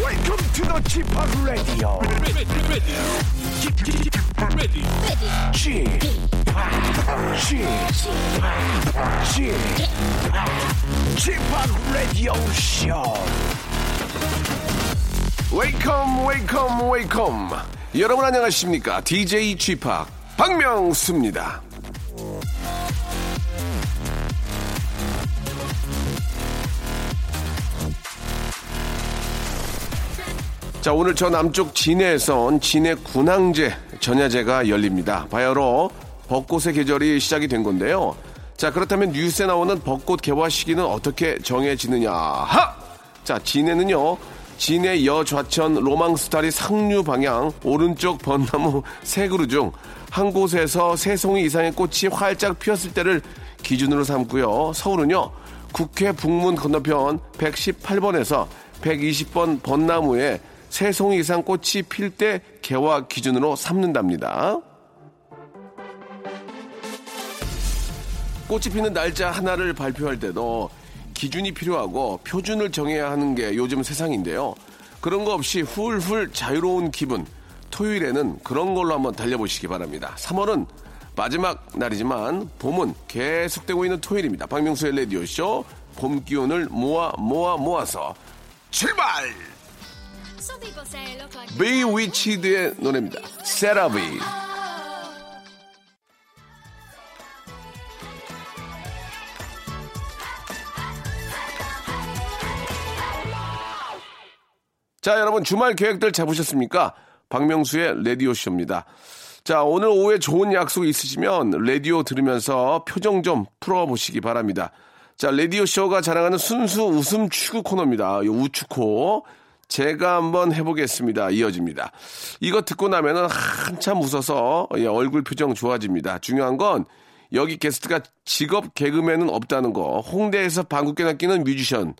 Welcome to the Chip Radio. ready, ready, ready, ready. Chip, Chip, Chip, Radio Show. 웨이컴 웨이컴 웨이컴 여러분 안녕하십니까 DJ g 팍 박명수입니다 자 오늘 저 남쪽 진해에서 온 진해 군항제 전야제가 열립니다 바야로 벚꽃의 계절이 시작이 된 건데요 자 그렇다면 뉴스에 나오는 벚꽃 개화 시기는 어떻게 정해지느냐 하! 자, 진해는요. 진해 여좌천 로망스다리 상류 방향 오른쪽 벚나무 세 그루 중 한 곳에서 세 송이 이상의 꽃이 활짝 피었을 때를 기준으로 삼고요. 서울은요. 국회 북문 건너편 118번에서 120번 벚나무에 세 송이 이상 꽃이 필 때 개화 기준으로 삼는답니다. 꽃이 피는 날짜 하나를 발표할 때도 기준이 필요하고 표준을 정해야 하는 게 요즘 세상인데요. 그런 거 없이 훌훌 자유로운 기분. 토요일에는 그런 걸로 한번 달려보시기 바랍니다. 3월은 마지막 날이지만 봄은 계속되고 있는 토요일입니다. 박명수의 라디오쇼 봄 기운을 모아 모아 모아서 출발! Some people say I look like 베이 위치드의 노래입니다. 세라비. 자, 여러분 주말 계획들 잡으셨습니까? 박명수의 라디오 쇼입니다. 자, 오늘 오후에 좋은 약속 있으시면 라디오 들으면서 표정 좀 풀어보시기 바랍니다. 자, 라디오 쇼가 자랑하는 순수 웃음 추구 코너입니다. 이 우추코 제가 한번 해보겠습니다. 이어집니다. 이거 듣고 나면은 한참 웃어서 예, 얼굴 표정 좋아집니다. 중요한 건 여기 게스트가 직업 개그맨은 없다는 거. 홍대에서 방귀깨나 끼는 뮤지션.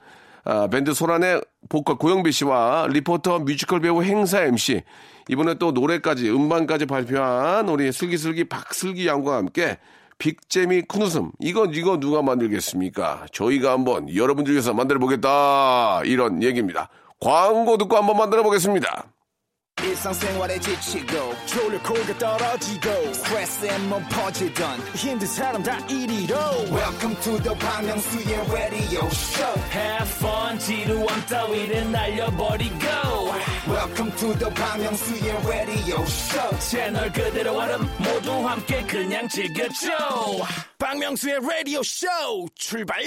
아, 밴드 소란의 보컬 고영배 씨와 리포터 뮤지컬 배우 행사 MC. 이번에 또 노래까지 음반까지 발표한 우리 슬기슬기 박슬기 양과 함께 빅재미 큰웃음. 이건 이거 누가 만들겠습니까? 저희가 한번 여러분들 위해서 만들어 보겠다. 이런 얘기입니다. 광고 듣고 한번 만들어 보겠습니다. 일상생활에 지치고, 졸려 코가 떨어지고 스트레스에 몸 퍼지던, 힘든 사람 다 이리로. welcome to the Bang Myung-soo's radio show Have fun 지루함 따위를 날려버리고 welcome to the Bang Myung-soo's radio show 채널 그대로 얼음 모두 함께 그냥 즐겨줘 박명수의 라디오 쇼 출발!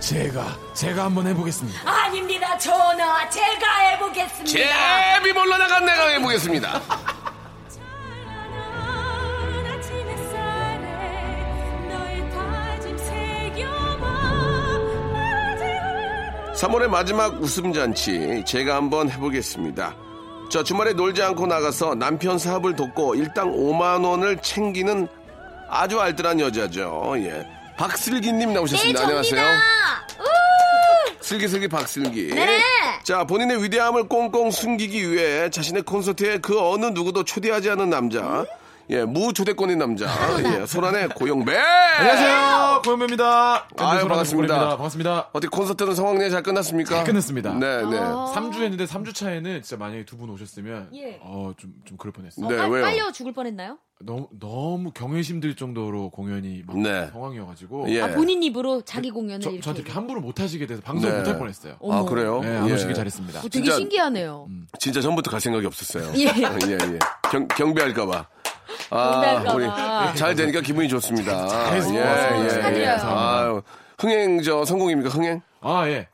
제가 제가 한번 해보겠습니다. 아닙니다, 전하. 제가 해보겠습니다. 제비 몰러 예, 나간 내가 해보겠습니다. 삼월의 마지막 웃음잔치 제가 한번 해보겠습니다. 저 주말에 놀지 않고 나가서 남편 사업을 돕고 일당 5만 원을 챙기는 아주 알뜰한 여자죠. 예. 박슬기님 나오셨습니다. 안녕하세요. 슬기슬기 박슬기. 네. 자, 본인의 위대함을 꽁꽁 숨기기 위해 자신의 콘서트에 그 어느 누구도 초대하지 않은 남자. 예, 무초대권인 남자. 예, 소란의 고영배. 안녕하세요, 고현배입니다. 아유, 반갑습니다. 반갑습니다. 어떻게 콘서트는 성황리에 잘 끝났습니까? 잘 끝났습니다. 네, 네. 3주 했는데 3주 차에는 진짜 만약에 두 분 오셨으면 예. 어, 좀, 좀 그럴 뻔했어요. 네, 왜요? 아, 빨려 죽을 뻔했나요? 너무 너무 경외심 들 정도로 공연이 막 네. 상황이어가지고 예. 아, 본인 입으로 자기 공연을 저, 이렇게. 저한테 이렇게 함부로 못 하시게 돼서 방송 네. 못 할 뻔했어요. 어머. 아, 그래요? 네, 안 예. 오시길 잘했습니다. 어, 되게 진짜- 신기하네요. 음, 진짜 전부터 갈 생각이 없었어요. 예. 예, 예. 경, 경비할까봐. 아, 경비할까봐. 잘 되니까 기분이 좋습니다. 아, 예, 잘했습니다. 축하드려요. 아유, 흥행 저 성공입니까? 흥행? 아 예,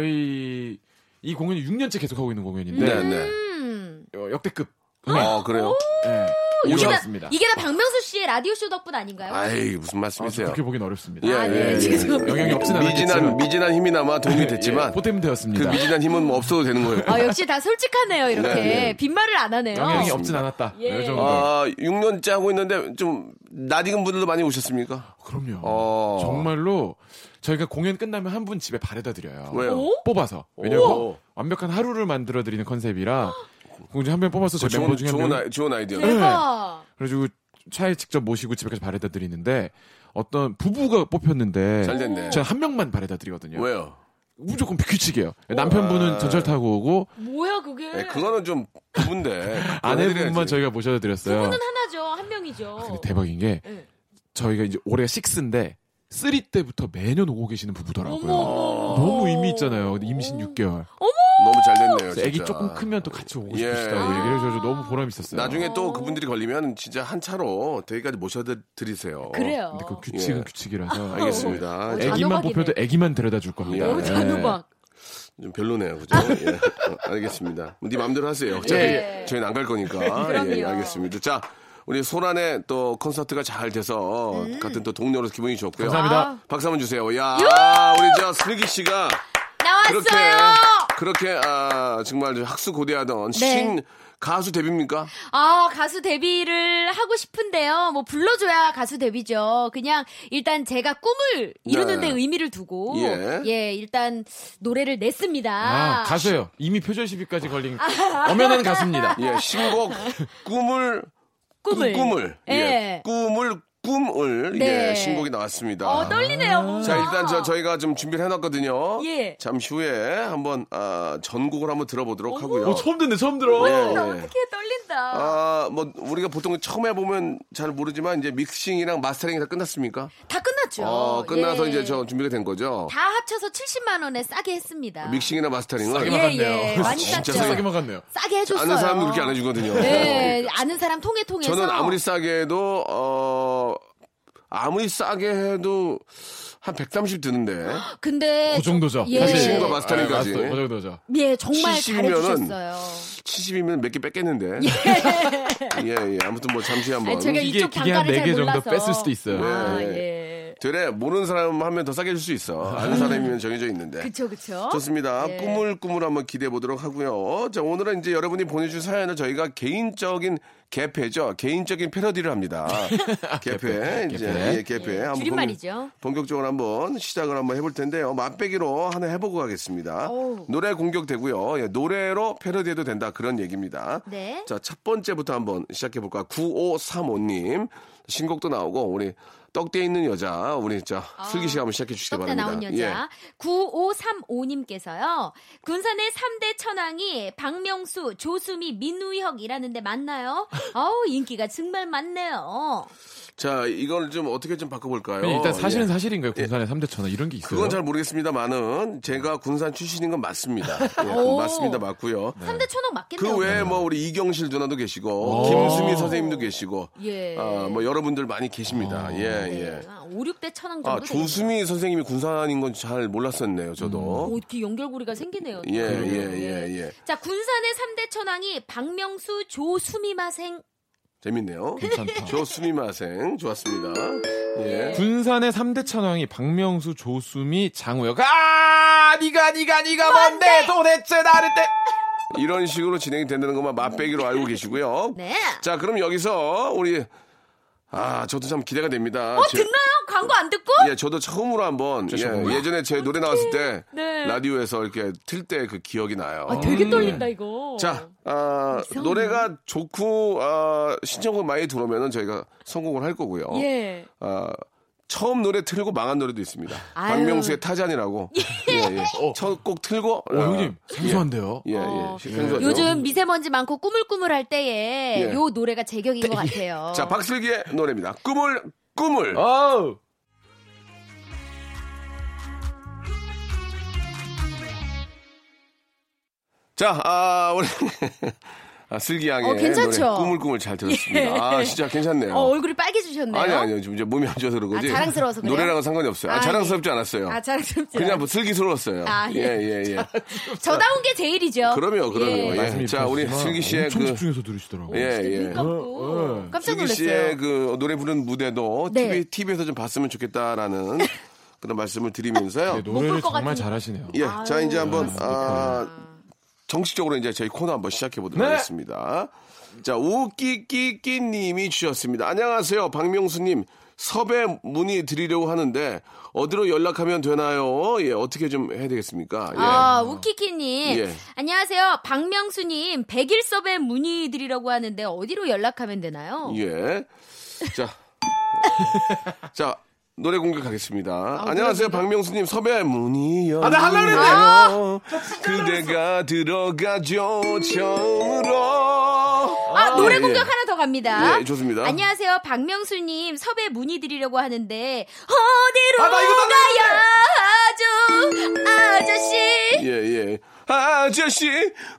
저희 이 공연이 6년째 계속 하고 있는 공연인데 네, 네. 음. 어, 역대급 아, 그래요? 예, 이게, 다, 그러니까 오셨습니다. 이게 다 박명수 씨의 라디오쇼 덕분 아닌가요? 아이, 무슨 아, 저 말씀이세요? 그렇게 보긴 어렵습니다. 예, 아, 네, 예, 예. 지금. 영향이 없진 미진한, 않았겠지만. 예, 미진한 힘이나마 도움이 됐지만, 보탬 그 되었습니다. 미진한 힘은 뭐 없어도 되는 거예요. 아, 역시 다 솔직하네요, 이렇게. 네, 네. 빈말을 안 하네요. 영향이 없진 않았다. 예. 이 정도. 아, 6년째 하고 있는데, 좀, 낯익은 분들도 많이 오셨습니까? 그럼요. 어. 정말로 저희가 공연 끝나면 한 분 집에 바래다 드려요. 왜요? 오? 뽑아서. 우와. 왜냐면 완벽한 하루를 만들어 드리는 컨셉이라 공주 한명 뽑아서 그거 저희 좋은, 멤버 중에 한 좋은, 명. 아이, 좋은 아이디어. 대박. 그래가지고 차에 직접 모시고 집에까지 바래다 드리는데 어떤 부부가 뽑혔는데 잘 됐네. 저는 한 명만 바래다 드리거든요. 왜요? 무조건 규칙이에요. 남편분은 아. 전철 타고 오고 뭐야 그게? 네, 그거는 좀 부분데. 아내분만 저희가 모셔다 드렸어요. 그분은 하나죠, 한 명이죠. 네. 아, 근데 대박인 게 네. 저희가 이제 올해가 6인데 3 때부터 매년 오고 계시는 부부더라고요. 어머, 어머, 어머. 너무 의미 있잖아요. 근데 임신 6개월. 너무 잘 됐네요. 어. 진짜. 애기 조금 크면 또 같이 오고 예. 싶으시다고 얘기를 해줘서 너무 보람 있었어요. 나중에 또 그분들이 걸리면 진짜 한 차로 대기까지 모셔드리세요. 그래요. 근데 그 규칙은 예. 규칙이라서 예. 알겠습니다. 어, 잔혹하긴 애기만 뽑혀도 해. 애기만 데려다 줄 겁니다. 야, 너무 예. 잔호박. 좀 별로네요, 그죠? 예. 어, 알겠습니다. 네 맘대로 하세요. 어차피 아. 예. 저희는 안 갈 거니까. 예, 그럼요. 알겠습니다. 자, 우리 소란의 또 콘서트가 잘 돼서 음. 같은 또 동료로서 기분이 좋고요. 아. 감사합니다. 박수 한번 주세요. 야, 우리 저 슬기 씨가 나왔어요. 네. 그렇게 그렇게 아, 정말 학수 고대하던 신 가수 데뷔입니까? 아, 가수 데뷔를 하고 싶은데요. 뭐 불러줘야 가수 데뷔죠. 그냥 일단 제가 꿈을 이루는데 네. 의미를 두고 예. 예. 일단 노래를 냈습니다. 아, 가수예요. 이미 표절 시비까지 걸린 아. 엄연한 가수입니다. 예, 신곡 꿈을 꿈을. 꿈을 예. 예. 꿈을 꿈을 네. 예, 신곡이 나왔습니다. 어, 떨리네요. 아. 뭔가. 자, 일단 저 저희가 좀 준비를 해놨거든요. 예. 잠시 후에 한번 아, 전곡을 한번 들어보도록 하고요. 어, 처음 듣네, 처음 들어. 예, 예. 어떻게 떨린다. 아, 뭐 우리가 보통 처음 해보면 잘 모르지만 이제 믹싱이랑 마스터링이 다 끝났습니까? 다 끝났죠. 어, 끝나서 예. 이제 저 준비가 된 거죠. 다 합쳐서 70만 원에 싸게 했습니다. 믹싱이나 마스터링은 싸게 예, 막았네요. 예. 많이 진짜 쌌죠. 싸게 막았네요. 싸게 해줬어요. 아는 사람은 그렇게 안 해주거든요. 예. 네, 아는 사람 통해 통해서. 저는 아무리 싸게 해도 어 아무리 싸게 해도 한 130 드는데 근데 그 정도죠. 예. 믹싱과 마스터링까지. 아, 마스터, 그 정도죠. 예, 정말 70이면은- 잘해주셨어요. 70이면 몇 개 뺐겠는데. 예, 예. 아무튼 뭐 잠시 한번. 아니, 제가 이게 이쪽 기계 한 단가를 네개 잘 정도 몰라서. 뺐을 수도 있어요. 아, 네. 예. 되레 모르는 사람 하면 더 싸게 해줄 수 있어. 아는 사람이면 정해져 있는데. 그쵸, 그쵸. 좋습니다. 예. 꿈을 꿈을 한번 기대해 보도록 하고요. 자, 오늘은 이제 여러분이 보내준 사연을 저희가 개인적인 개패죠. 개인적인 패러디를 합니다. 개패. 이제 개패. 예, 개패. 한번 줄임말이죠. 본- 본격적으로 한번 시작을 한번 해볼 텐데요. 맛배기로 하나 해보고 가겠습니다. 노래 공격되고요. 예, 노래로 패러디해도 된다. 그런 얘기입니다. 네. 자, 첫 번째부터 한번 시작해 볼까? 9535님. 신곡도 나오고 우리 떡대 있는 여자 우리 자 슬기 씨가 한번 시작해 주시기 아, 떡대 바랍니다. 나온 예. 여자 9535님께서요. 군산의 3대 천왕이 박명수, 조수미, 민우혁이라는데 맞나요? 어우 인기가 정말 많네요. 자, 이걸 좀 어떻게 좀 바꿔볼까요? 그냥 일단 사실은 예. 사실인가요? 군산의 삼 3대 천하 이런 게 있어요. 그건 잘 모르겠습니다만은 제가 군산 출신인 건 맞습니다. 예, 오. 맞습니다, 맞고요. 3대 천왕 맞겠네요. 예. 그 외에 뭐 우리 이경실 누나도 계시고 오. 김수미 선생님도 계시고 예. 아, 뭐 여러분들 많이 계십니다. 예, 네. 예. 아, 5, 6대 천왕 정도 아, 되겠네요. 조수미 선생님이 군산인 건 잘 몰랐었네요, 음. 저도. 오, 이렇게 연결고리가 생기네요. 예, 예, 예, 예. 자, 군산의 3대 천왕이 박명수, 조수미 마생. 재밌네요. 괜찮다. 조수미 마생 좋았습니다. 예. 군산의 3대 천왕이 박명수, 조수미, 장우혁. 아, 니가, 니가, 니가 뭔데? 도대체 나를 때. 이런 식으로 진행이 된다는 것만 맛배기로 알고 계시고요. 네. 자, 그럼 여기서 우리 아, 저도 참 기대가 됩니다. 어, 제- 듣나요? 광고 안 듣고? 예, 저도 처음으로 한번 처음으로. 예, 전에제 노래 나왔을 때 네. 라디오에서 이렇게 틀 때 그 기억이 나요. 아, 되게 떨린다, 이거. 음. 자, 아, 이상하네. 노래가 좋고 아, 신청곡 많이 들어오면은 저희가 성공을 할 거고요. 예. 아, 처음 노래 틀고 망한 노래도 있습니다. 아유. 박명수의 타잔이라고. 예, 예. 첫 곡 틀고 어, 형님, 생소한데요. 예, 예. 어. 생소하죠? 요즘 미세먼지 많고 꾸물꾸물할 때에 예. 네. 요 노래가 제격인 것 같아요. 자, 박슬기의 노래입니다. 꿈을 꿈을. 어. 어우. 자, 아, 우리 아, 슬기 양의 어, 괜찮죠? 예. 노래 꿈을 꿈을 잘 들었습니다. 아, 진짜 괜찮네요. 어, 얼굴이 빨개지셨네요. 아니 아니요 지금 이제 몸이 안 좋아서 그런 거지. 아, 자랑스러워서 그래요? 노래랑은 상관이 없어요. 아, 아, 자랑스럽지 않았어요. 아, 자랑스럽죠. 그냥 뭐 슬기스러웠어요. 아, 예. 예, 예, 예. 저다운 게 제일이죠. 그럼요, 그럼요. 예. 예. 자, 우리 슬기 씨의 엄청 그 집중해서 들으시더라고요. 예, 예. 눈 감고 어, 어. 깜짝 슬기 놀랐어요. 씨의 그 노래 부르는 무대도 네. TV TV에서 좀 봤으면 좋겠다라는 그런 말씀을 드리면서요. 네, 노래를 못볼것 정말 같은- 잘하시네요. 예, 자 이제 한번 아, 아. 정식적으로 이제 저희 코너 한번 시작해 보도록 네. 하겠습니다. 자, 우끼끼끼님이 주셨습니다. 안녕하세요, 박명수님. 섭외 문의 드리려고 하는데 어디로 연락하면 되나요? 예, 어떻게 좀 해야 되겠습니까? 예. 아, 우키키님. 예. 안녕하세요. 박명수님, 백일 섭외 문의드리려고 하는데 어디로 연락하면 되나요? 예. 자. 자, 아, 노래 공격하겠습니다. 안녕하세요, 박명수님. 섭외 문이요. 아, 나 하려고 했는데! 그대가 들어가죠, 처음으로. 아, 노래 예, 공격 예. 하나 더 갑니다. 예, 좋습니다. 안녕하세요. 박명수님, 섭외 문의드리려고 하는데 어디로 아, 나 이거 나 가야 하죠? 아저씨. 예, 예. 아저씨,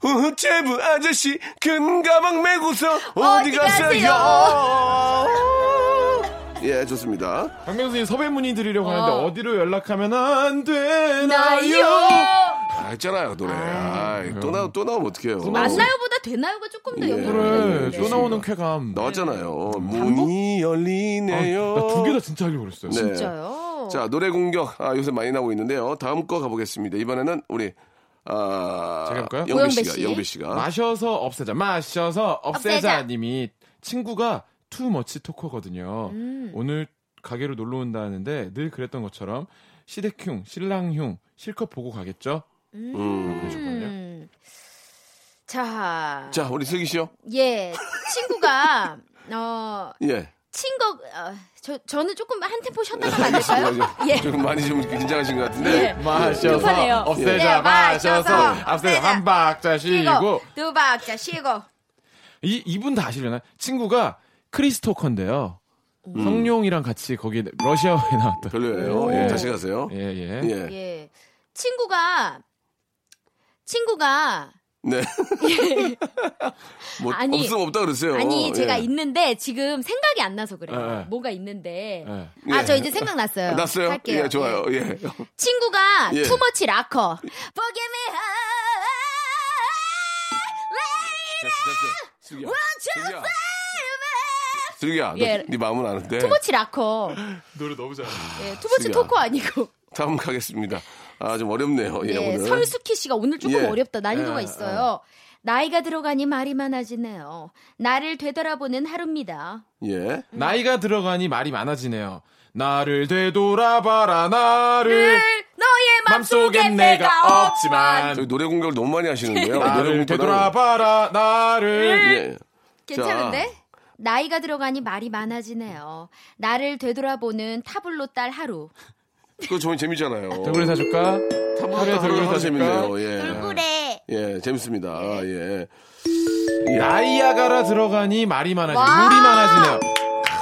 우체부 아저씨, 큰 가방 메고서 어디, 어디 가세요? 가세요? 예, 좋습니다. 박명수님 섭외 문의 드리려고 하는데 어디로 연락하면 안 되나요? 나요. 아, 했잖아요, 노래. 아이, 또, 나, 또 나오면 어떡해요. 만나요보다 되나요가 조금 더 예. 연결. 그래, 네, 또 나오는 쾌감. 나왔잖아요. 문이 열리네요. 나 아, 두 개 다 진짜 하려고 그랬어요. 네. 진짜요? 자, 노래 공격. 아, 요새 많이 나오고 있는데요. 다음 거 가보겠습니다. 이번에는 우리, 아. 제가 해볼까요? 영배 고영배 씨가, 씨. 영배 씨가. 마셔서 없애자. 마셔서 없애자. 없애자 님이 친구가 투머치 토커거든요. 음. 오늘 가게로 놀러 온다는데 늘 그랬던 것처럼 시댁흉, 신랑흉 실컷 보고 가겠죠? 음. 자, 자, 우리 슬기 씨요? 예, 친구가 어 예. 친거 어, 저 저는 조금 한 템포 쉬었다가 안 될까요? 예. 아, 좀 많이 좀 긴장하신 것 예. 같은데. 마셔서 급하네요. 없애자. 네, 마셔서 마셔서 없애자. 한 박자 쉬고 쉬고 두 박자 쉬고 이 이분 다 아시려나? 친구가 크리스토커인데요. 음. 성룡이랑 같이 거기 러시아어에 나왔던. 별로예요. 예, 다시 가세요. 예, 예. 예. 예 친구가 친구가 네. 뭐, 예. 아니, 없으면 없다 그러세요. 아니 제가 예. 있는데 지금 생각이 안 나서 그래요. 예, 예. 뭐가 있는데 예. 아 저 예. 이제 생각났어요. 났어요? 할게요. 예, 좋아요. 예. 예. 친구가 예. 투머치 라커 Forgive me later, 슬기야. won't you 슬기야. save me? 슬기야, 너, 예. 네 마음은 아는데. 투머치 라커 노래 너무 잘한다. 예, 투머치 쓰기야. 토커 아니고 다음 가겠습니다. 아, 좀 어렵네요. 예, 네, 오늘. 설수키 씨가 오늘 조금 예. 어렵다. 난이도가 예, 있어요. 나이가 들어가니 말이 많아지네요. 나를 되돌아보는 하루입니다. 예. 나이가 들어가니 말이 많아지네요. 나를 되돌아봐라 나를 너의 네, 맘속엔 내가 없지만 저희 노래 공격을 너무 많이 하시는데요. 나를 공격보다는- 아, 되돌아봐라 나를 예. 괜찮은데? 나이가 들어가니 말이 많아지네요. 나를 되돌아보는 타블로 딸 하루. 그거 정말 재밌잖아요. 얼굴 사줄까? 하루에 돌고래 하루가 사줄까? 재밌네요. 예. 얼굴에 예, 재밌습니다. 아, 예. 나이아가라 들어가니 말이 많아지고 와. 물이 많아지네요.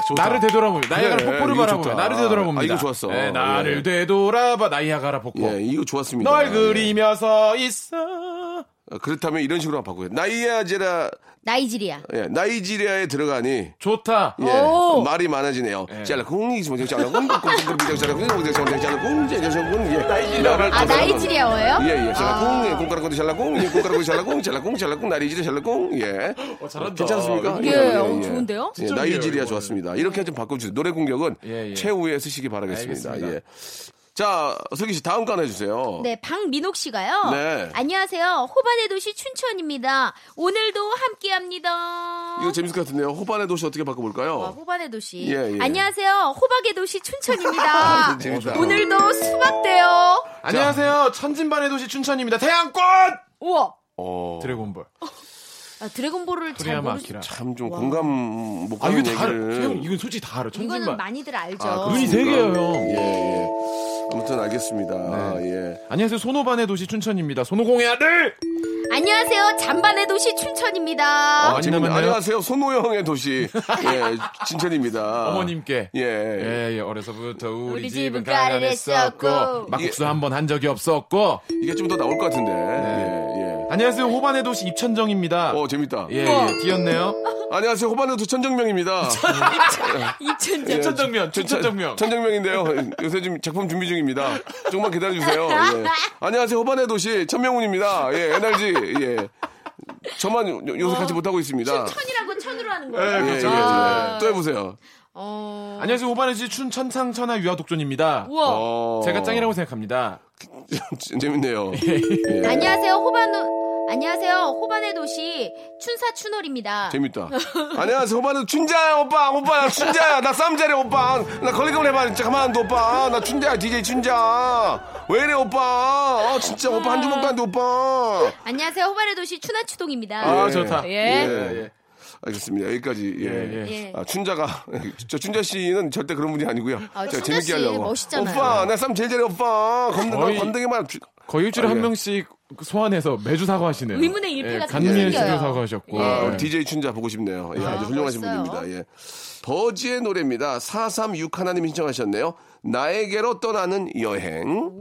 좋다. 나를 되돌아보니 나이아가라 그래, 폭포를 이거 바라보며 좋다. 나를 되돌아봅니다. 아, 이거 좋았어. 네, 나를 예. 되돌아봐 나이아가라 폭포. 예, 이거 좋았습니다. 널 예. 그리면서 있어. 아, 그렇다면 이런 식으로 한번 바꾸겠습니다. 나이아제라, 나이지리아. 예, 나이지리아에 들어가니. 좋다. 예, 오. 말이 많아지네요. 예. 잘라공이 지금 잘라공 공공공공 잘라공 잘라공 잘라공 잘라공 예. 나이지리아를 아, 나이지리아어예요? 예, 예. 잘라공, 예, 공가락공 잘라공, 예, 공가락공 잘라공, 잘라공, 잘라공, 나이지리아 잘라공, 예. 잘한다. 괜찮습니까? 예, 어, 좋은데요? 예, 진짜 나이지리아 이거는. 좋았습니다. 이렇게 좀 바꿔주세요. 노래 공격은 예, 예. 최후에 쓰시기 바라겠습니다. 알겠습니다. 예. 자, 슬기 씨 다음 거 하나 해주세요. 네, 박민옥 씨가요. 네. 안녕하세요. 호반의 도시 춘천입니다. 오늘도 함께 합니다. 이거 재밌을 것 같은데요. 호반의 도시 어떻게 바꿔볼까요? 와, 호반의 도시. 예, 예. 안녕하세요. 호박의 도시 아, 춘천입니다. 재밌다. 아, 오늘도 수박대요. 안녕하세요. 천진반의 도시 춘천입니다. 태양꽃! 우와. 어, 드래곤볼. 아, 드래곤볼을 잘 프리야마 모르시. 아키라. 참 좀 공감 못 아, 이거 가는 다 알아. 형, 얘기를. 이건 솔직히 다 알아. 천진반. 이거는 많이들 알죠. 아, 눈이 세 개예요, 형. 네. 예, 예. 아무튼 알겠습니다. 예. 안녕하세요. 손오반의 도시 춘천입니다. 손오공의 아들! 안녕하세요. 잠반의 도시 춘천입니다. 아, 많이 재밌네. 남았네요. 안녕하세요. 손호영의 도시. 예, 진천입니다. 어머님께. 예. 예, 예, 어려서부터 우리, 우리 집은 집은 가난했었고, 가난했었고, 예. 막국수 한 번 한 적이 없었고. 이게 좀 더 나올 것 같은데. 예, 예. 안녕하세요. 호반의 도시 입천정입니다. 어, 재밌다. 네. 예, 예, 뛰었네요. 안녕하세요. 호반의 도시 천정명입니다. 입천정. 천정면, 예, 춘천정면. 천정명인데요. 요새 지금 작품 준비 중입니다. 조금만 기다려주세요. 예. 안녕하세요. 호반의 도시 천명훈입니다. 예, NRG. 예. 저만 요- 요새 같이 못하고 있습니다. 춘천이라고 천으로 하는 예, 거예요. 예, 예. 또 해보세요. 어. 안녕하세요. 호반의 도시 춘천상천하 유아독존입니다. 우와. 어. 제가 짱이라고 생각합니다. 재밌네요. 예. 안녕하세요. 호반 안녕하세요. 호반의 도시 춘사춘월입니다. 재밌다. 안녕하세요, 오빠는 춘자야, 오빠, 오빠, 나 춘자야, 나 쌈자리, 오빠, 나 걸리금 해봐, 진짜 가만 안돼 오빠, 나 춘자야, DJ 춘자. 왜 이래, 오빠? 아, 진짜 오빠 한 주먹도 안 돼, 오빠. 안녕하세요. 호반의 도시 추나추동입니다. 아, 예. 좋다. 예. 예. 알겠습니다. 여기까지. 예. 예, 예. 아, 춘자가 저 춘자 씨는 절대 그런 분이 아니고요. 아, 제가 춘자 재밌게 씨 하려고. 멋있잖아요. 오빠, 나 쌈 제일 잘해 오빠. 건너 거의- 건더기만 거의 일주일에 아, 한 예. 명씩 그 소환해서 매주 사과하시네요. 의문의 일패가 예, 자꾸 간미연 생겨요. 씨도 사과하셨고. 아, 예. 우리 DJ 춘자 보고 싶네요. 예, 아주 아, 훌륭하신 벌써요? 분입니다. 예. 버지의 노래입니다. 436 하나님 신청하셨네요. 나에게로 떠나는 여행.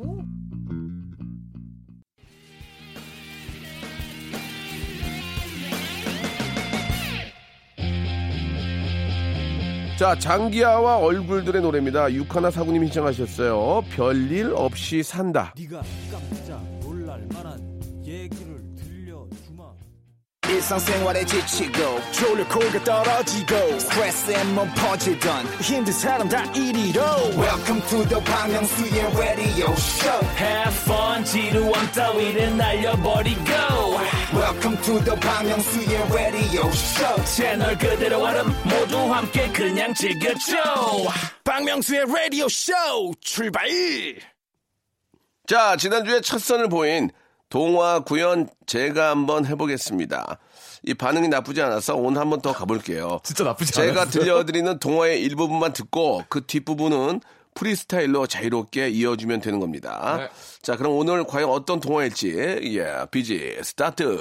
자, 장기하와 얼굴들의 노래입니다. 육하나 사구님 신청하셨어요. 별일 없이 산다. 일상생활에 지치고, 졸려 코가 떨어지고 스트레스에 몸 퍼지던, 힘든 사람 다 이리로 welcome to the Bang Myung-soo's radio show Have fun 지루함 따위를 날려버리고 welcome to the Bang Myung-soo's radio show 채널 그대로 얼음 모두 함께 그냥 즐겨줘 박명수의 라디오 쇼 출발 자, 지난주에 첫 선을 보인 동화 구연 제가 한번 해보겠습니다. 이 반응이 나쁘지 않아서 오늘 한번 더 가볼게요. 진짜 나쁘지 제가 않았어요. 들려드리는 동화의 일부분만 듣고 그 뒷부분은 프리스타일로 자유롭게 이어주면 되는 겁니다. 네. 자, 그럼 오늘 과연 어떤 동화일지, 예, 비지, 스타트!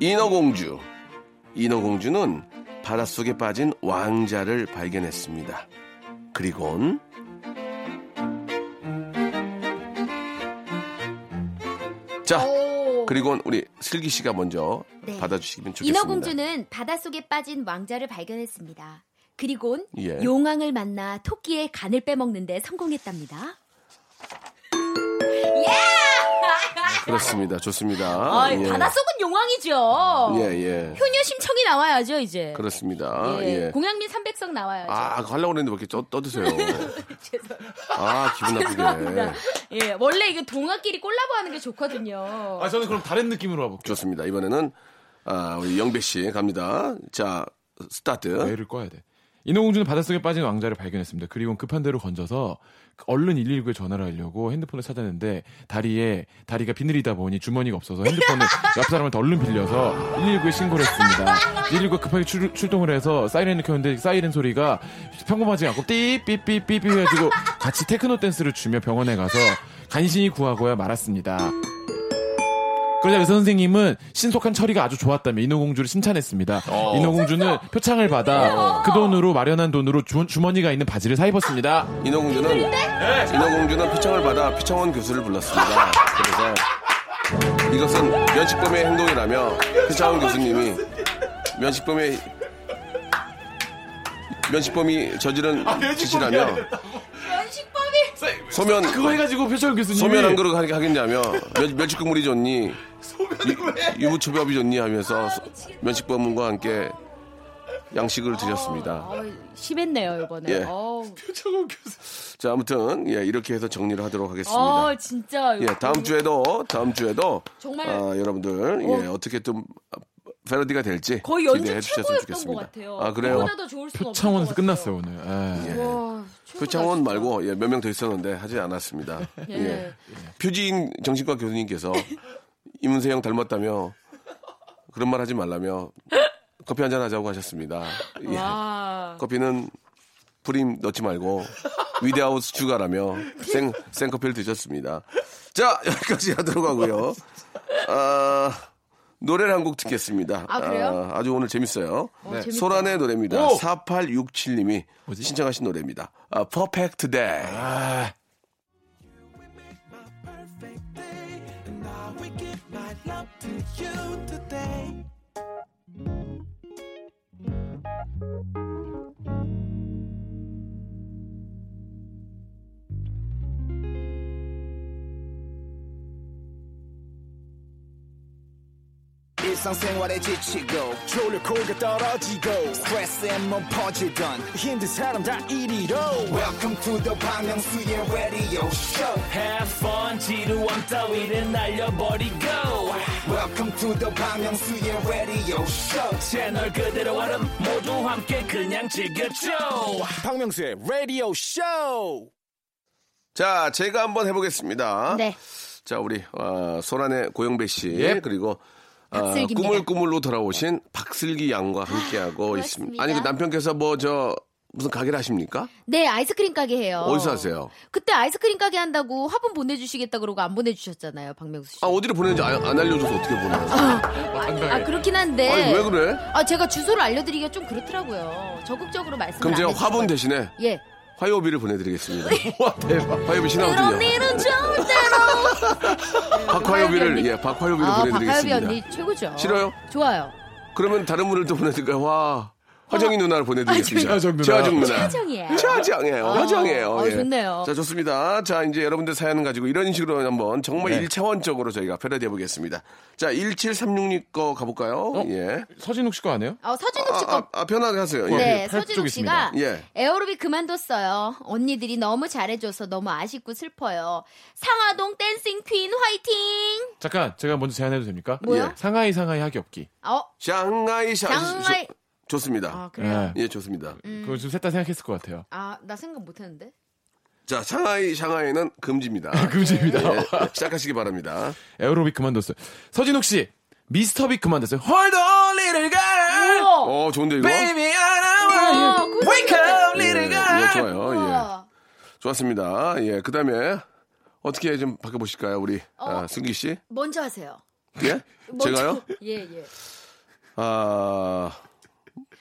인어공주. 인어공주는 바닷속에 빠진 왕자를 발견했습니다. 그리곤 자, 오. 예. 그리고 우리 슬기 씨가 먼저 네. 받아주시면 좋겠습니다. 인어공주는 바닷속에 빠진 왕자를 발견했습니다. 그리곤 예. 용왕을 만나 토끼의 간을 빼먹는데 성공했답니다. 예! 그렇습니다. 좋습니다. 아, 예. 바닷속은 용왕이죠. 예, 예. 효녀 심청이 나와야죠, 이제. 그렇습니다. 예. 예. 공양민 300성 나와야죠. 아, 그거 하려고 그랬는데 왜 이렇게 떠, 떠드세요? 죄송합니다. 아, 기분 죄송합니다. 나쁘게. 예, 원래 이게 동화끼리 콜라보 하는 게 좋거든요. 아, 저는 그럼 다른 느낌으로 와볼게요. 좋습니다. 이번에는, 아, 우리 영배 씨 갑니다. 자, 스타트. 매를 그 꺼야 돼. 인어공주는 바닷속에 빠진 왕자를 발견했습니다. 그리고 급한 대로 건져서 얼른 119에 전화를 하려고 핸드폰을 찾았는데 다리에 다리가 비늘이다 보니 주머니가 없어서 핸드폰을 옆 사람한테 얼른 빌려서 119에 신고를 했습니다. 119가 급하게 출, 출동을 해서 사이렌을 켰는데 사이렌 소리가 평범하지 않고 삐삐삐삐삐 해가지고 같이 테크노 댄스를 추며 병원에 가서 간신히 구하고야 말았습니다. 그러자 의사 선생님은 신속한 처리가 아주 좋았다며 인어공주를 칭찬했습니다. 인어공주는 표창을 받아 그 돈으로 마련한 돈으로 주, 주머니가 있는 바지를 사입었습니다. 인어공주는, 인어공주는 표창을 받아 표창원 교수를 불렀습니다. 그래서 이것은 면식범의 행동이라며 표창원 교수님이 면식범의 면식범이 저지른 아, 짓이라며 연식범이 소면 그거 해가지고 표창 교수님이 소면 한 그릇 하게 하겠냐며 멸, 멸치국물이 좋니 유부초밥이 좋니 아, 하면서 소- 면식범과 함께 양식을 드셨습니다. 어, 심했네요, 이번에. 예. 어우. 자 아무튼 예 이렇게 해서 정리를 하도록 하겠습니다. 어, 진짜. 예 다음 주에도 다음 주에도 정말- 아, 여러분들 예 어떻게 좀 패러디가 될지 거의 연주 기대해 주셨으면 최고였던 것 좋겠습니다. 같아요. 아 그래요? 그보다 더 좋을 수는 표창원에서 없을 것 같아요. 끝났어요 오늘. 예. 와, 최고다, 표창원 그 진짜. 말고 예, 몇 명 더 있었는데 하지 않았습니다. 예. 예. 표지인 정신과 교수님께서 이문세 형 닮았다며 그런 말 하지 말라며 커피 한잔 하자고 하셨습니다. 예. 와. 커피는 프림 넣지 말고 위대아웃 추가라며 생, 생커피를 드셨습니다. 자 여기까지 하도록 하고요. 아, 노래를 한 곡 듣겠습니다. 아, 그래요? 아, 주 오늘 재밌어요. 네. 재밌다. 소란의 노래입니다. 오! 4867님이 신청하신 노래입니다. 아, Perfect Day. 아, 일상생활에 지치고, 일상생활에 지치고, 졸려 코가 떨어지고 스트레스에 몸 퍼지던, 힘든 사람 다 이리로 welcome to the Bang Myung-soo's radio show Have fun 지루함 따위를 날려버리고 welcome to the Bang Myung-soo's radio show 채널 그대로 얼음 모두 함께 그냥 즐겨줘 박명수의 라디오 쇼 자, 제가 한번 해보겠습니다. 네. 자, 우리 어, 소란의 고영배 씨 그리고 어, 박슬기입니다. 꾸물꾸물로 돌아오신 박슬기 양과 함께하고 있습니다. 고맙습니다. 아니 그 남편께서 뭐 저 무슨 가게를 하십니까? 네, 아이스크림 가게 해요. 어디서 하세요? 그때 아이스크림 가게 한다고 화분 보내주시겠다 그러고 안 보내주셨잖아요, 박명수 씨. 아 어디를 보내는지 아- 안 알려줘서 어떻게 보내요? 아, 그렇긴 한데. 아니 왜 그래? 아, 제가 주소를 알려드리기가 좀 그렇더라고요. 적극적으로 말씀을 그럼 제가 안 해주신 화분 거예요. 대신에 예. 화요비를 보내드리겠습니다. 와 대박! 화요비 그런 신하거든요. 일은 절대로. 박화요비를 언니. 예 박화요비를 아, 박하비 보내드리겠습니다. 언니 최고죠. 싫어요? 좋아요. 그러면 다른 분을 또 보내드릴까요? 와 화정이 누나를 보내드리겠습니다. 아, 최하정 어, 누나. 최하정 누나. 최정이에요. 화정이에요. 아, 화정이에요. 예. 아, 좋네요. 자, 좋습니다. 자, 이제 여러분들 사연 가지고 이런 식으로 한번 정말 네. 일차원적으로 저희가 패러디해 보겠습니다. 자, 1736님 거 가볼까요? 예. 서진욱 씨거 아니에요? 어, 서진욱 씨 아, 거. 아, 편하게 하세요. 예. 네, 예, 팔 서진욱 쪽 씨가 있습니다. 예. 에어로빅 그만뒀어요. 언니들이 너무 잘해줘서 너무 아쉽고 슬퍼요. 상하동 댄싱 퀸 화이팅! 잠깐 제가 먼저 제안해도 됩니까? 예. 뭐요? 상하이 상하이 하기 예. 없기. 어, 샹하이 샤. 상하이. 조- 좋습니다. 아, 그래요? 음. 예, 좋습니다. 그거 지금 셋다 생각했을 것 같아요. 아, 나 생각 못했는데. 자, 샹하이 샹하이는 금지입니다. 금지입니다. 예, 시작하시기 바랍니다. 에어로빅 그만뒀어요. 서진욱 씨 미스터빅 그만뒀어요. Hold on, little girl. 우와! 어, 좋은데 이거? Baby I 네. 어, 그 up 예, little 예, 좋아요. 예. 우와. 좋았습니다. 예, 그 다음에 어떻게 좀 바꿔보실까요, 우리 아, 승기 씨? 먼저 하세요. 예? 먼저. 제가요? 예, 예. 아,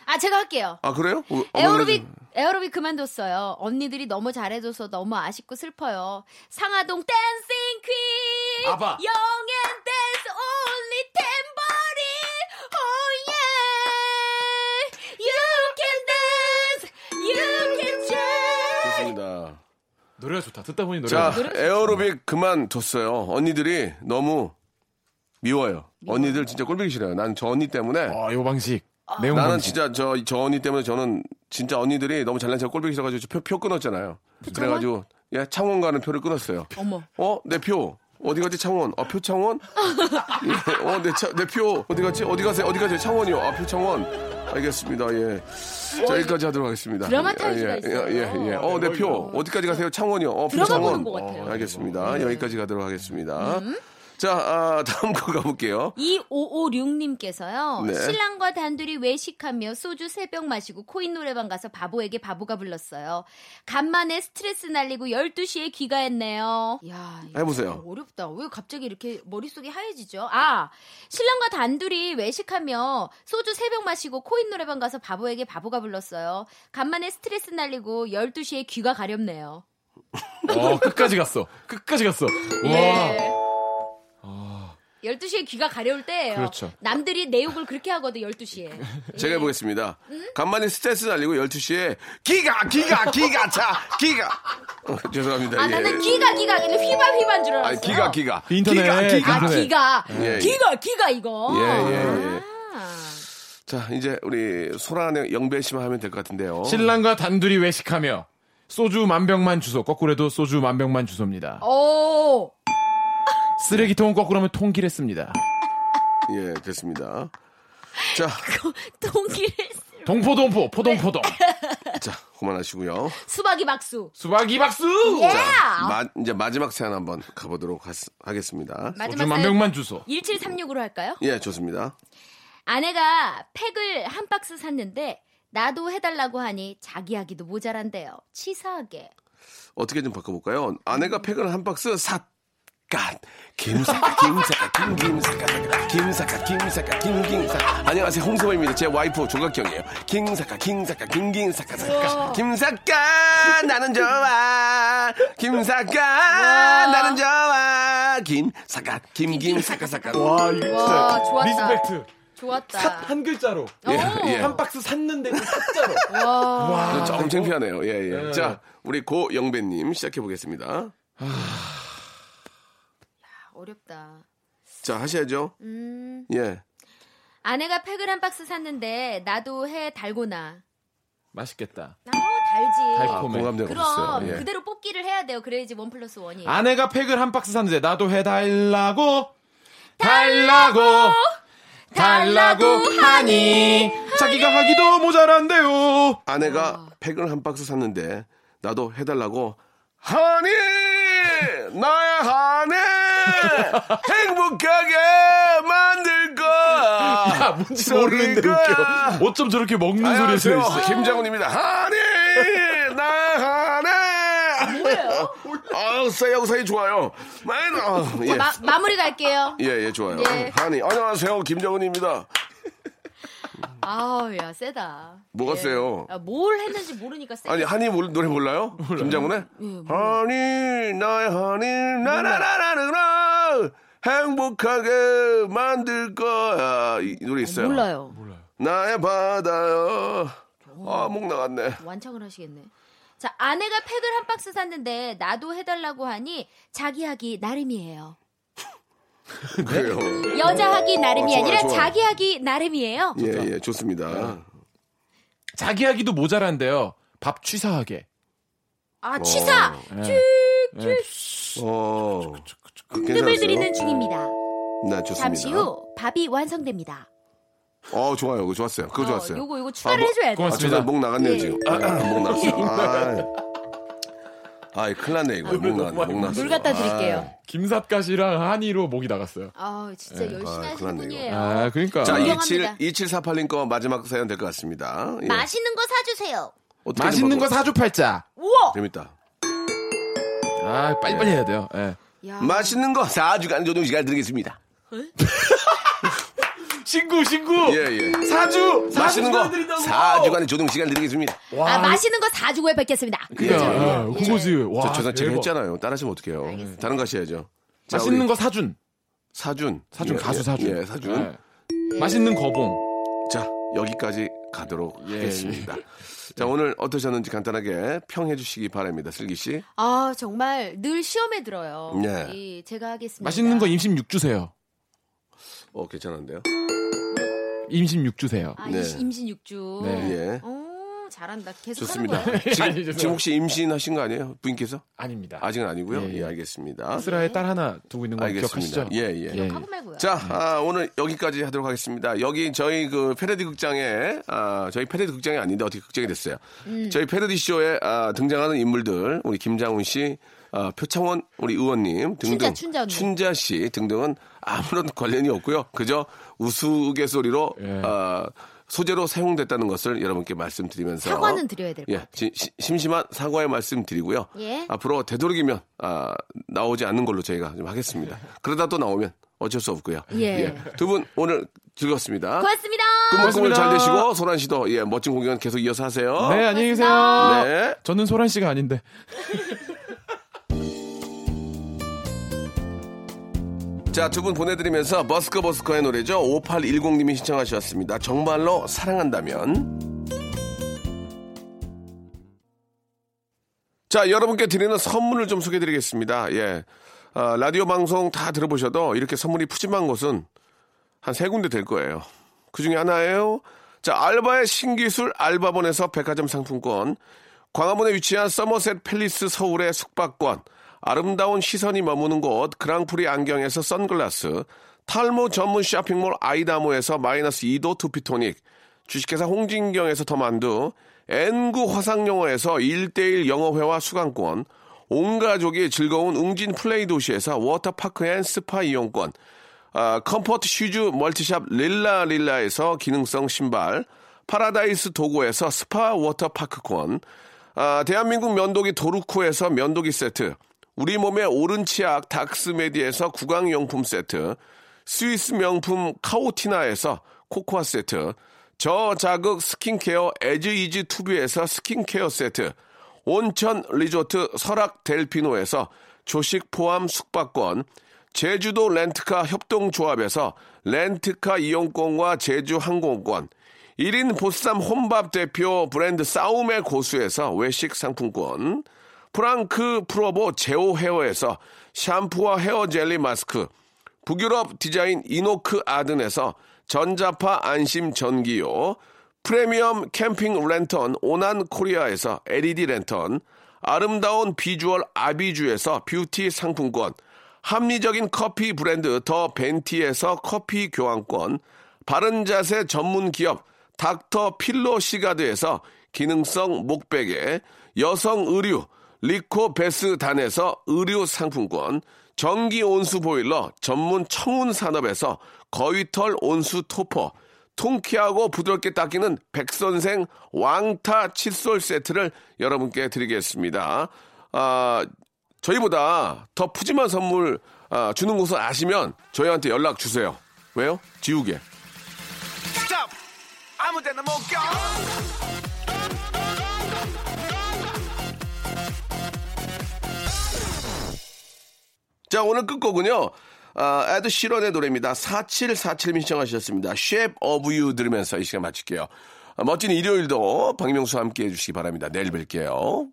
아, 제가 할게요. 아 그래요? 어, 어, 에어로빅 에어로빅 그만뒀어요. 언니들이 너무 잘해줘서 너무 아쉽고 슬퍼요. 상하동 댄싱 퀸. 아바. 영앤 댄스 올리 템버린. 오예. You can dance. Oh You can dance. 좋습니다. 노래가 좋다. 듣다 보니 자, 네. 노래가 좋다. 에어로빅 그만뒀어요. 언니들이 너무 미워요. 언니들 진짜 꼴보기 싫어요. 난 저 언니 때문에 아, 요 방식. 매운 나는 방식. 진짜 저, 저 언니 때문에 저는 진짜 언니들이 너무 잘난 척 꼴보기 싫어가지고 저 표, 표 끊었잖아요. 그래가지고 예, 창원 가는 표를 끊었어요. 어머. 어? 내 표. 어디 갔지 창원? 아, 표 창원? 예, 어, 내, 차, 내 표. 어디 갔지? 어디 가세요? 어디 가세요? 창원이요. 아, 표 창원. 알겠습니다. 예. 자, 여기까지 하도록 하겠습니다. 어, 드라마 예, 타임즈가 예, 있어요. 예, 예. 어, 내 표. 어디까지 가세요? 창원이요. 어, 표 들어가 창원. 보는 것 같아요. 음. 어, 알겠습니다. 여기까지 가도록 하겠습니다. 자, 아, 다음 거 가볼게요. 2556님께서요. 네. 신랑과 단둘이 외식하며 소주 3병 마시고 코인 노래방 가서 바보에게 바보가 불렀어요. 간만에 스트레스 날리고 12시에 귀가했네요. 야, 이거 해보세요. 진짜 어렵다. 왜 갑자기 이렇게 머릿속이 하얘지죠? 아, 신랑과 단둘이 외식하며 소주 3병 마시고 코인 노래방 가서 바보에게 바보가 불렀어요. 간만에 스트레스 날리고 12시에 귀가 가렵네요. 어, 끝까지 갔어. 끝까지 갔어. 와. 예. 12시에 귀가 가려울 때예요. 그렇죠. 남들이 내 욕을 그렇게 하거든 12시에. 제가 해보겠습니다. 간만에 스트레스 날리고 12시에 기가, 기가, 기가 차, 기가. 어, 죄송합니다. 아 예. 나는 기가 기가 근데 휘바 휘바인 줄 알았어. 아니, 기가, 기가. 인터넷. 기가, 기가. 아 인터넷. 기가 예, 예. 기가 기가 이거. 예, 예, 예. 아. 자, 이제 우리 소란의 영배 씨만 하면 될 것 같은데요. 신랑과 단둘이 외식하며 소주 만병만 주소. 거꾸로 해도 소주 만병만 주소입니다. 오. 쓰레기통은 거꾸로 하면 통길했습니다. 예, 됐습니다. 자, 동길 동포동포, 포동포동. 자, 그만하시고요. 수박이 박수. 수박이 박수! 야. 마- 이제 마지막 사연 한번 가보도록 하, 겠습니다 소주 마지막 사연 만병만 주소. 1736으로 할까요? 예, 좋습니다. 아내가 팩을 한 박스 샀는데 나도 해달라고 하니 자기 하기도 모자란데요. 치사하게. 어떻게 좀 바꿔볼까요? 아내가 팩을 한 박스 삿. 깐 김사카 김사카 김김사카 김사카 김사카 김김사카 안녕하세요 홍서범입니다 제 와이프 조각경이에요 김사카 김사카 김김사카 사카 김사카 나는 좋아 김사카 나는 좋아 김사카 김김사카 사카 와, 이거 진짜 와, 좋았다. 리스펙트. 좋았다. 아, 한 글자로. 예, 예. 한 박스 샀는데 그 샀자로. 와. 와. 조금 어, 창피하네요 예예 네. 자 우리 고영배님 시작해 보겠습니다 어렵다. 자 하셔야죠 음. 예 아내가 팩을 한 박스 샀는데 나도 해 달고나. 맛있겠다. 아, 달지. 달콤. 아, 봄에. 공감대가 그럼 없어요. 예. 그대로 뽑기를 해야 돼요. 그래야지 원 플러스 원이. 아내가 팩을 한 박스 샀는데 나도 해 달라고 달라고 달라고 하니 자기가 하기도 모자란데요. 아내가 팩을 한 박스 샀는데 나도 해달라고 하니 나의 하니 행복하게 만들 거야 아, 뭔지 모르는데 웃겨. 어쩜 저렇게 먹는 소리를 안녕하세요 쓰고 있어. 김장훈입니다 하니 나의 하니 아, 뭐예요? 아우 싸이하고 사이 좋아요 많이 아, 예. 마, 마무리 갈게요. 예, 예, 좋아요. 예. 하니, 안녕하세요. 김정은입니다. 아우, 야, 세다. 뭐가 세요? 아, 뭘 했는지 모르니까 세. 아니 하니 몰- 노래 몰라요? 김장훈의 예, 하니 나의 하니 나나나나나 행복하게 만들 거야 이 노래 있어요. 몰라요. 나의 바다요. 아목 나갔네. 완창을 하시겠네. 자, 아내가 팩을 한 박스 샀는데 나도 해달라고 하니 자기 하기 나름이에요. 그래요. 여자 하기 나름이 어, 좋아요, 아니라 좋아요. 자기 하기 나름이에요. 예예 좋습니다. 자기 하기도 모자란데요. 밥 취사하게. 아, 취사! 예. 어. 뜸을 괜찮았어요? 들이는 중입니다. 네 좋습니다. 잠시 후 밥이 완성됩니다. 어 좋아요. 그거 좋았어요. 그거 좋았어요. 어, 요거 요거 추가를 아, 해줘야 돼. 아, 고맙습니다. 죄송해요. 목 나갔네요, 예. 지금. 아, 목 나갔어요. 아, 아이, 큰일 났네, 이거. 목 아. 나갔네, 목 나갔어. 물 갖다 드릴게요. 김삿갓이랑 한이로 목이 나갔어요. 아, 진짜 열심히 아, 하시는 그러네, 분이에요. 아, 그러니까. 자, 인정합니다. 27, 2748님 거 마지막 사연 될 것 같습니다. 예. 맛있는 거 사주세요. 어떻게 좀 맛있는 거 바꿔- 사주 팔자. 우와! 재밌다. 아, 빨리빨리 해야 돼요. 예. 야, 맛있는 거 사주간 조동 시간 드리겠습니다. 신구, 신구! 예, 예. 어. 사주! 맛있는 거 4주간의 조동 시간 드리겠습니다. 아, 맛있는 거 사주고 해뵙겠습니다. 그니까, 예. 그거지. 와, 그러니까. 아, 저 죄송 제가 대박. 했잖아요. 따라하시면 어떡해요. 다른 거 하셔야죠. 자, 맛있는 우리 거 사준. 사준. 사준, 예, 가수 예, 사준. 예, 사준. 예. 맛있는 거봉. 자, 여기까지 가도록 예, 하겠습니다. 자, 오늘 어떠셨는지 간단하게 평해 주시기 바랍니다. 슬기 씨. 아, 정말 늘 시험에 들어요. 예. 이, 제가 하겠습니다. 맛있는 거 임신 6주세요. 어, 괜찮은데요? 임신 6주세요. 아, 네. 임신- 임신 육주 네. 예. 오, 잘한다. 계속 좋습니다. 하는 거예요. 아니, 지금, 죄송합니다. 지금 혹시 임신하신 거 아니에요? 부인께서? 아닙니다. 아직은 아니고요. 예, 예, 예. 알겠습니다. 아스라의 딸 하나 두고 있는 거 알겠습니다. 기억하시죠? 예, 예. 예. 하고 말고요. 자, 아, 오늘 여기까지 하도록 하겠습니다. 여기 저희 그 패러디 극장에, 아, 저희 패러디 극장이 아닌데 어떻게 극장이 됐어요. 음. 저희 패러디 쇼에 아, 등장하는 인물들, 우리 김장훈 씨, 아, 표창원 우리 의원님 등등, 춘자, 춘자 언니. 씨 등등은 아무런 관련이 없고요. 그저 우스갯소리로 예. 아, 소재로 사용됐다는 것을 여러분께 말씀드리면서 사과는 드려야 될 것 예, 지- 시- 심심한 사과의 말씀 드리고요. 예. 앞으로 되도록이면 아, 나오지 않는 걸로 저희가 좀 하겠습니다. 그러다 또 나오면 어쩔 수 없고요. 예. 두 분 오늘 즐거웠습니다. 고맙습니다. 꿈을 꿈을 고맙습니다. 잘 되시고 소란 씨도 예, 멋진 공연 계속 이어서 하세요. 네, 안녕히 계세요. 네. 저는 소란 씨가 아닌데. 자, 두 분 보내드리면서 버스커 버스커의 노래죠. 5810님이 신청하셨습니다. 정말로 사랑한다면. 자, 여러분께 드리는 선물을 좀 소개드리겠습니다. 예. 아, 라디오 방송 다 들어보셔도 이렇게 선물이 푸짐한 것은 한 세 군데 될 거예요. 그 중에 하나예요. 자, 알바의 신기술 알바본에서 백화점 상품권, 광화문에 위치한 서머셋 팰리스 서울의 숙박권, 아름다운 시선이 머무는 곳 그랑프리 안경에서 선글라스, 탈모 전문 쇼핑몰 아이다모에서 마이너스 2도 투피토닉, 주식회사 홍진경에서 더만두, N구 화상영어에서 1대1 영어회화 수강권, 온 가족이 즐거운 웅진 플레이 도시에서 워터파크 앤 스파 이용권, 아, 컴포트 슈즈 멀티샵 릴라 릴라에서 기능성 신발, 파라다이스 도고에서 스파 워터파크권, 아, 대한민국 면도기 도루코에서 면도기 세트, 우리 몸의 오른 치약 닥스메디에서 구강용품 세트, 스위스 명품 카오티나에서 코코아 세트, 저자극 스킨케어 에즈이지 투비에서 스킨케어 세트, 온천 리조트 설악 델피노에서 조식 포함 숙박권, 제주도 렌트카 협동조합에서 렌트카 이용권과 제주 항공권, 1인 보쌈 혼밥 대표 브랜드 싸움의 고수에서 외식 상품권, 프랑크 프로보 제오 헤어에서 샴푸와 헤어 젤리 마스크, 북유럽 디자인 이노크 아든에서 전자파 안심 전기요, 프리미엄 캠핑 랜턴 오난 코리아에서 LED 랜턴, 아름다운 비주얼 아비주에서 뷰티 상품권, 합리적인 커피 브랜드 더 벤티에서 커피 교환권, 바른 자세 전문 기업 닥터 필로 시가드에서 기능성 목베개, 여성 의류 리코 베스단에서 의류 상품권, 전기 온수 보일러 전문 청운 산업에서 거위털 온수 토퍼, 통키하고 부드럽게 닦이는 백선생 왕타 칫솔 세트를 여러분께 드리겠습니다. 아, 저희보다 더 푸짐한 선물 아, 주는 곳을 아시면 저희한테 연락 주세요. 왜요? 지우개. 자, 오늘 끝곡은요. 아, 에드 시런의 노래입니다. 4747님 신청하셨습니다. Shape of You 들으면서 이 시간 마칠게요. 아, 멋진 일요일도 박명수와 함께 해주시기 바랍니다. 내일 뵐게요.